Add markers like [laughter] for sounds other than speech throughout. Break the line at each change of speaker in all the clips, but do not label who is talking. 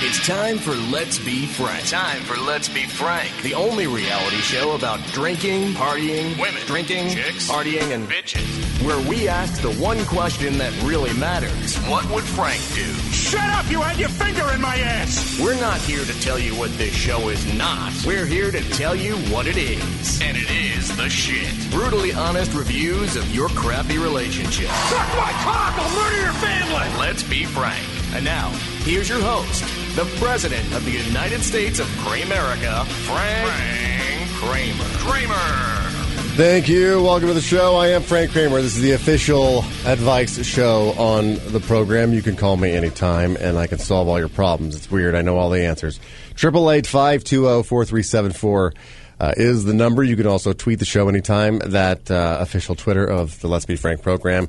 It's time for Let's Be Frank. Time for Let's Be Frank. The only reality show about drinking, partying,
Women,
drinking,
chicks,
partying, and
Bitches.
where we ask the one question that really matters. What would Frank do?
Shut up! You had your finger in my ass!
We're not here to tell you what this show is not. We're here to tell you what it is.
And it is the shit.
Brutally honest reviews of your crappy relationship.
Suck my cock! I'll murder your family!
Let's be frank. And now, here's your host, the President of the United States of Kramerica, Frank,
Frank
Kramer.
Kramer!
Thank you. Welcome to the show. I am Frank Kramer. This is the official advice show on the program. You can call me anytime, and I can solve all your problems. It's weird. I know all the answers. Triple eight five two zero four three seven four uh, is the number. You can also tweet the show anytime. That uh, official Twitter of the Let's Be Frank program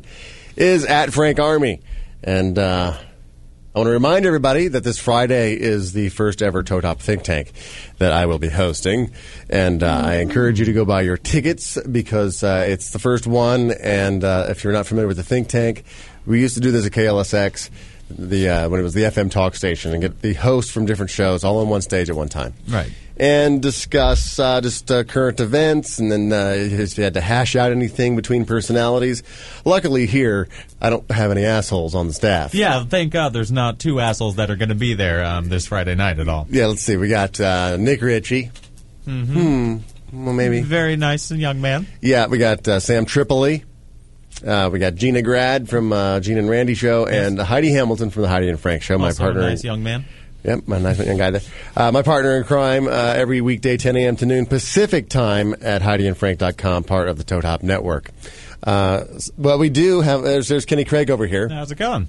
is at Frank Army, and. Uh, I want to remind everybody that this Friday is the first ever Toe Top Think Tank that I will be hosting, and uh, I encourage you to go buy your tickets because uh, it's the first one. And uh, if you're not familiar with the think tank, we used to do this at KLSX, the uh, when it was the FM talk station, and get the hosts from different shows all on one stage at one time,
Right.
And discuss uh, just uh, current events, and then uh, if you had to hash out anything between personalities. Luckily, here I don't have any assholes on the staff.
Yeah, thank God there's not two assholes that are going to be there um, this Friday night at all.
Yeah, let's see. We got uh, Nick Ritchie. Mm-hmm. well, maybe.
Very nice young man.
Yeah, we got uh, Sam Tripoli. Uh, we got Gina Grad from uh, Gina and Randy Show, and Heidi Hamilton from the Heidi and Frank Show. my
also
partner.
a
in-
nice young man.
Yep, my nice young guy there. Uh, my partner in crime uh, every weekday, 10 a.m. to noon Pacific time at HeidiandFrank.com, part of the Toe Top Network. Uh, s- but we do have there's, there's Kenny Craig over here.
How's it going?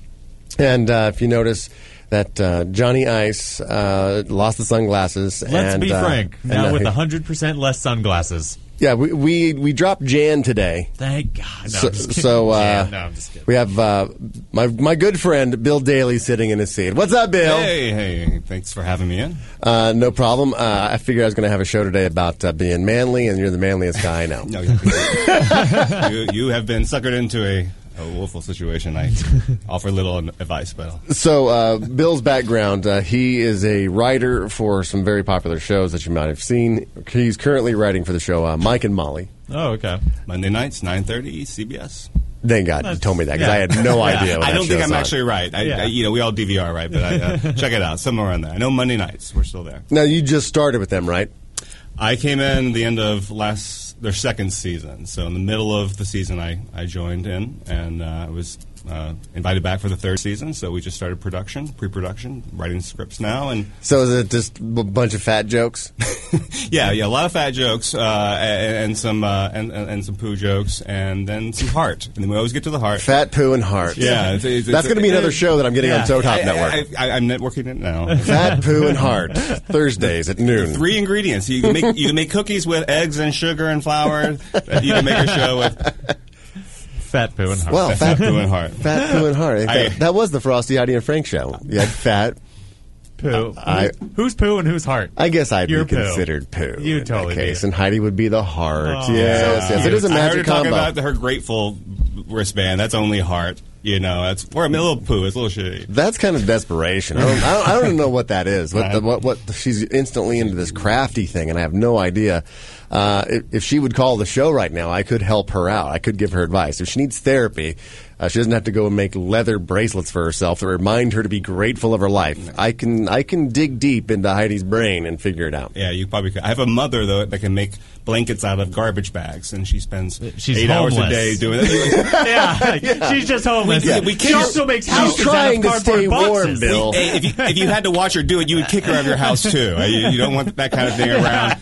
And uh, if you notice that uh, Johnny Ice uh, lost the sunglasses.
Let's
and,
be
uh,
frank.
and
Now
now
with
he-
100% less sunglasses.
Yeah, we we, we dropped Jan today.
Thank God. No,
So,
I'm just kidding.
so, uh,
Yeah, no, I'm just kidding.
we have uh, my my good friend Bill Daly sitting in his seat. What's up, Bill?
Hey, hey, thanks for having me in.
Uh, no problem. Uh, I figured I was going to have a show today about uh, being manly, and you're the manliest guy I know.
[laughs]
No, you, you have been suckered into a, a woeful situation. I offer little advice, but I'll-
So, uh, Bill's background uh, he is a writer for some very popular shows that you might have seen. He's currently writing for the show uh, Mike and Molly.
oh, okay.
Monday nights, 9.30, CBS.
Thank God you
That's-
told me that because
[laughs] yeah.
I had no idea. What
I
that
don't think
show's
I'm
on.
actually right. I,
Yeah.
I- you know, we all DVR, right? But
[laughs]
I, uh, check it out, somewhere around there. I know Monday nights, we're still there.
Now, you just started with them, right?
I came in the end of last their second season, so in the middle of the season, I, I joined in and uh, I was uh, invited back for the third season. So we just started production, pre-production, writing scripts now, and
So, is it just a bunch of fat
[laughs]
jokes?
[laughs] Yeah, yeah, a lot of fat jokes uh, and, and some uh, and, and and some poo jokes, and then some heart. And then we always get to the heart.
Fat poo and heart.
Yeah, it's- it's-
that's
it's-
going to be another
it's-
show that I'm getting on
yeah.
Toe Top
I,
Network.
I, I, I'm networking it now. [laughs]
Fat poo and heart Thursdays at noon.
Three ingredients. You can make you can make cookies with eggs and sugar and flour. you can make a show with
Fat poo and heart.
Well, fat
fat
poo,
poo and heart.
fat poo and heart.
[laughs] I-
that, that was the Frosty Heidi and Frank show. You had fat.
poo.
I-
who's poo and who's heart?
I guess I'd
You're
be
poo.
considered poo. in
You
that
totally be
case,
it.
and Heidi would be the heart.
Oh,
yes,
Yeah.
yes. It is a
I heard her
magic
talking
combo.
about her grateful wristband. That's only heart. You know, that's or I mean, a little poo. It's a little shitty.
That's kind of desperation. I don't, I don't, I don't even know what that is. What, the, what, what she's instantly into this crafty thing, and I have no idea. Uh, if, if she would call the show right now, I could help her out. I could give her advice. If she needs therapy, uh, she doesn't have to go and make leather bracelets for herself that remind her to be grateful of her life. I can I can dig deep into Heidi's brain and figure it out.
Yeah, you probably could. I have a mother though that can make blankets out of garbage bags, and she spends
She's
eight hours a
homeless.
day doing it.
[laughs] [laughs]
[laughs]
yeah, she's just homeless.
We- we
she
can't-
also makes
she's
houses
trying
out
to
of
stay
cardboard boxes.
warm, Bill.
Hey, if, you, if you had to watch her do it, you would kick her out of your house too. Uh, You, you don't want that kind of thing around.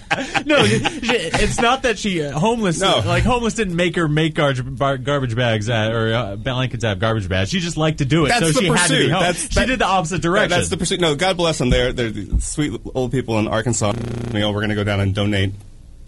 [laughs] no, she- it's not that she uh, homeless.
No.
like homeless didn't make her make garbage, bar, garbage bags uh, or uh, blankets out of garbage bags. She just liked to do it,
That's
so
the
she had to be
pursuit.
home.
That's-
she
that-
did the opposite
Right,
direction.
that's the pursuit. No, God bless them. They're they're the sweet old people in Arkansas. You know, we're going to go down and donate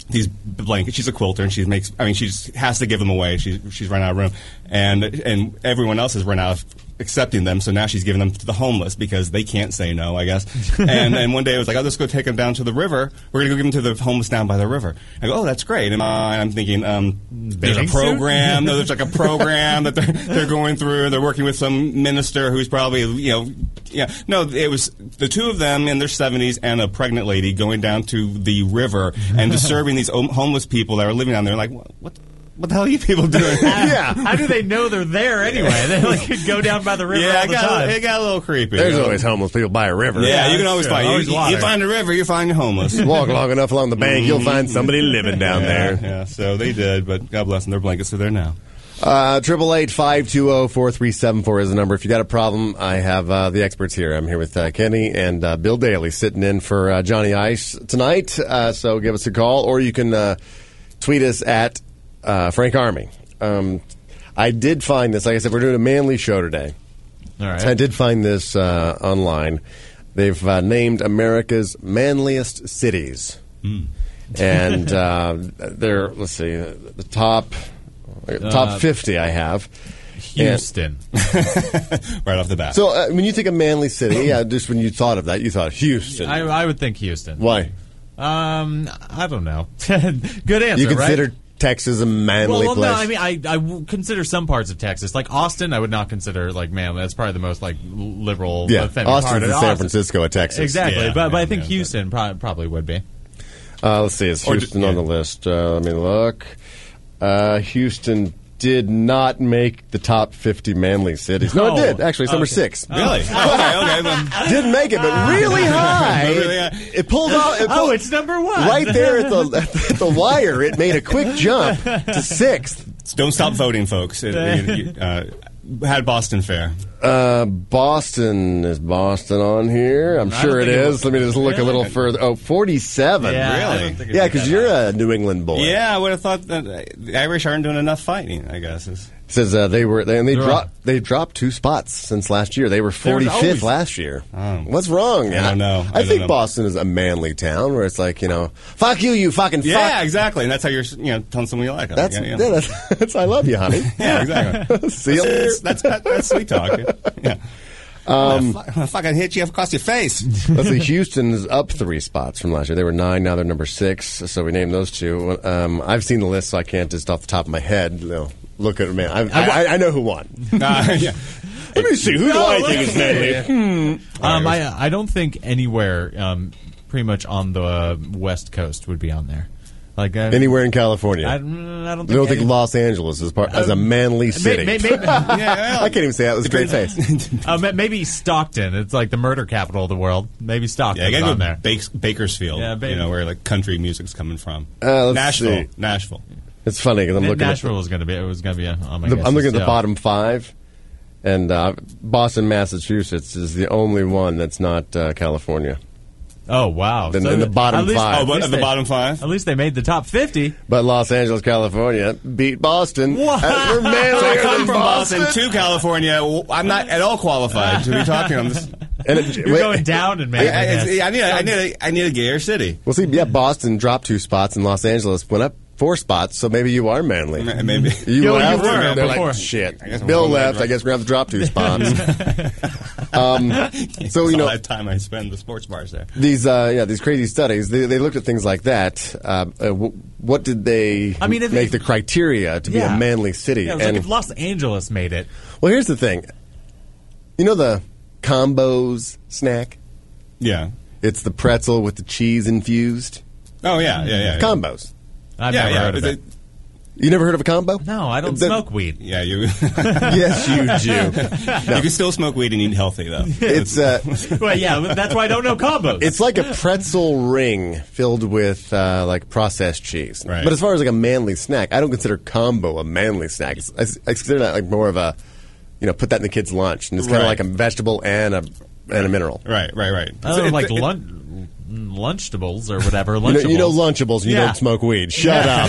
these blankets. She's a quilter, and she makes. I mean, she just has to give them away. She's she's run out of room, and and everyone else has run out of accepting them, so now she's giving them to the homeless because they can't say no, I guess. and and one day it was like, oh, let's go take them down to the river. We're gonna go give them to the homeless down by the river. I go, oh, that's great. And, uh, and I'm thinking, um, there's a
Bathing suit?
program.
[laughs]
no, there's like a program that they're, they're going through. They're working with some minister who's probably you know, yeah. No, it was the two of them in their 70s and a pregnant lady going down to the river
[laughs]
and disturbing these hom- homeless people that are living down there. Like what? What, what the hell are you people doing?
[laughs] yeah.
How do they know they're there anyway? They like could go down by the river
[laughs] Yeah,
all
it
the
got,
time.
it got a little creepy.
There's
you know?
always homeless people by a river.
Yeah,
Yeah,
you can always
that's
find
true.
you,
Always
you,
water.
find a river, you
[laughs]
find homeless.
Walk long enough along the bank, you'll find somebody living down
yeah,
there.
yeah, so they did, but God bless them. Their blankets are there now.
Uh, Triple eight five two zero four three seven four is the number. If you got a problem, I have uh, the experts here. I'm here with uh, Kenny and uh, Bill Daly sitting in for uh, Johnny Ice tonight. Uh, so give us a call, or you can uh, tweet us at uh, Frank Army. Um, I did find this. Like I said, we're doing a manly show today.
All right.
I did find this uh, online. They've uh, named America's manliest cities,
Hmm.
and uh, they're let's see uh, the top top
Uh,
fifty I have. And-
Houston.
Right off the bat.
so uh, when you think of manly
[laughs]
city, yeah, just when you thought of that, you thought Houston.
I, I would think Houston.
Why
Um, I don't know. [laughs] Good answer.
you consider
right?
Texas a manly
well, well,
place?
no, I mean, I, I w- consider some parts of Texas, like Austin. I would not consider like manly. That's probably the most like liberal.
yeah,
offending
Austin's
part
in
of
San
Austin.
Francisco, of Texas.
Exactly,
Yeah,
but but
yeah,
I think
yeah, but-
Houston pro- probably would be.
Uh, let's see, is
Or d-
Houston on the
yeah.
list? Uh, let me look. Uh, Houston did not make the top 50 manly cities. No,
Oh,
it did. Actually, it's number
okay. Ah.
six. [laughs]
really? Oh, okay, okay. Then.
Didn't make it, but
[laughs]
really high.
Really high.
It pulled out. It pulled,
Oh, it's number one.
right there
[laughs]
at the at the wire. It made a quick jump to sixth.
Don't stop voting, folks. It, it- uh, had Boston Fair.
Uh, Boston is Boston on here. I'm
don't
sure it
think it
is.
was-
Let me just look a little further. Oh, 47.
yeah, I
really?
don't think it'd
Yeah,
be
because
that
you're
high.
a New England boy.
Yeah, I would have thought that uh, the Irish aren't doing enough fighting. I guess. It's-
Says uh, they were, they, and they
They're
dropped. They dropped two spots since last year. They were
was
45th
always-
last year. What's wrong?
Um, I don't know.
I,
I don't
think
know.
Boston is a manly town where it's like you know, fuck you, you fucking
yeah,
fuck.
exactly. And that's how you're, you know, telling someone you like them.
That's
yeah, yeah.
yeah, that's, [laughs] that's I love you,
[laughs]
honey. [laughs]
Yeah, exactly.
See you later.
that's, that's, that's, that's sweet talk.
[laughs]
Yeah.
Um,
I'm gonna fu- I'm gonna fucking hit you across your [laughs] face.
Let's see, Houston is up three spots from last year. They were nine, now they're number six. So we named those two. Um, I've seen the list, so I can't just off the top of my head. No, look at man. I, I, I know who won.
[laughs] Uh, yeah.
Let me see. Who do I think is manly?
Um, I I don't think anywhere, um, pretty much on the uh, West Coast would be on there. Like I,
Anywhere in California.
I,
I,
mm, I don't think.
don't think
any-
Los Angeles is part as a manly city.
May, may,
[laughs]
may,
Yeah,
I can't even say that with a straight face.
uh, ma- maybe Stockton. It's like the murder capital of the world. Maybe Stockton
Yeah, I gotta go
on there.
Bakes, Bakersfield.
Yeah, Bake-
you know where like country music's coming from.
Uh, let's
Nashville,
see.
Nashville.
It's funny because I'm looking. At,
Nashville was going to be. It was going to be on my.
the, I'm
guesses,
looking at the
yeah.
bottom five, and uh, Boston, Massachusetts is the only one that's not uh, California.
Oh wow!
Then- then the
th-
bottom
at least-
five.
Oh,
At
but
least
at the
they-
bottom five.
At least they made the top fifty.
But Los Angeles, California beat Boston.
What?
As [laughs] we're manlier
So I
than
come from
Boston.
Boston to California. W- I'm not at all qualified to be talking on this. [laughs]
And it,
You're
wait,
going
[laughs]
down and
I, I,
man.
I, need, a, I, need a, I need a gayer city.
Well, see, yeah, Boston dropped two spots, and Los Angeles went up four spots. So maybe you are manly.
M- Maybe.
You
Yeah, well,
left,
you were
and they're
before.
like, shit.
I guess I'm
Bill
going
left.
back.
I guess we're gonna have to drop two spots.
[laughs]
um, so
It's
you
all
know,
that time I spend the sports bars there.
these uh, yeah these crazy studies they, they looked at things like that uh, uh, w- what did they
I mean, if-
make the criteria to be
Yeah.
a manly city
Yeah, it was
and
like if Los Angeles made it.
well here's the thing you know the combos snack
Yeah.
it's the pretzel with the cheese infused
Oh yeah, yeah, yeah. yeah.
combos
I've
yeah,
never
yeah.
heard of
Is
it.
it-
you never heard of a combo
No, I don't
The- [laughs]
smoke weed.
Yeah, you.
yes
[laughs]
you do
You can still smoke weed and eat healthy though.
it's uh,
well, yeah, that's why I don't know combos.
it's like a pretzel ring filled with uh, like processed cheese
Right.
but as far as like a manly snack I don't consider combo a manly snack It's- I, I consider that like more of a you know put that in the kids lunch and it's kind of
Right.
like a vegetable and a and a mineral
right, right, right.
I don't know,
It-
like
it-
lun- lunchtables or whatever.
You know,
Lunchables.
you know Lunchables. You
Yeah.
don't smoke weed. Shut up.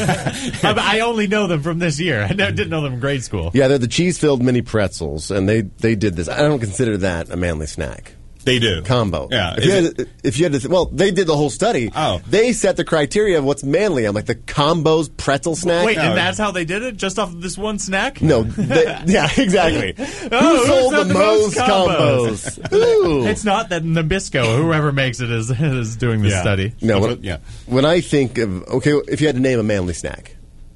[laughs] I, I only know them from this year. I never, didn't know them in grade school.
Yeah, they're the cheese-filled mini pretzels, and they they did this. I don't consider that a manly snack.
They do
combo.
Yeah,
If
is
you, had,
it-
to- if you had to, th- well, they did the whole study.
Oh.
They set the criteria of what's manly. I'm like the combos pretzel snack.
Wait,
No.
and that's how they did it? Just off of this one snack?
No. they- yeah, [laughs]
[laughs]
exactly.
who
who sold
sold
the,
Oh, the
most
most
combos? Ooh.
[laughs] It's not that Nabisco, whoever makes it, is is doing this
Yeah.
study.
No,
That's
when,
what- yeah.
when I think of okay, if you had to name a manly snack,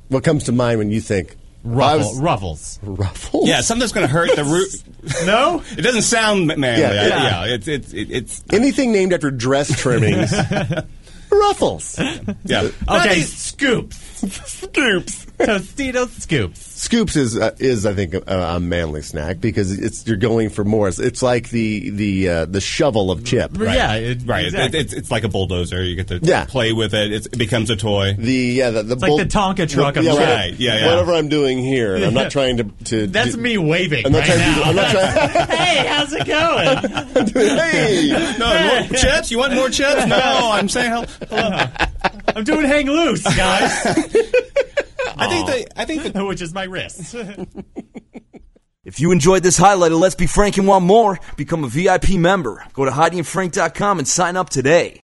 what comes to mind when you think I
Ruffle,
was-
ruffles.
ruffles?
Yeah, something's going to hurt the root.
No?
It doesn't sound ma- manly.
Yeah,
Yeah,
yeah.
yeah. it's it's it, it's
anything named after
[laughs]
dress trimmings. ruffles,
yeah.
Okay, scoops. [laughs]
scoops.
Tostito scoops.
Scoops is uh, is I think a, a manly snack because it's you're going for more. It's, it's like the the uh, the shovel of chip.
Yeah, it,
Right, it,
exactly.
it's it's like a bulldozer. You get to
Yeah.
play with it. It's, it becomes
[laughs]
a toy.
The yeah the, the
like the Tonka truck of
yeah,
chip.
whatever-
Right, yeah, yeah.
Whatever I'm doing here, and I'm not trying to to.
That's
do-
me waving
I'm not
right
trying to. Do,
now.
I'm not
[laughs]
trying.
hey, how's it going?
hey.
No, you want chips? You want
[laughs]
more chips? No, I'm saying help.
I'm doing hang loose, [laughs] guys.
I think they.
[laughs]
I think the
Which is my wrist. [laughs]
If you enjoyed this highlight of Let's Be Frank and want more, become a VIP member. Go to HeidiandFrank.com and sign up today.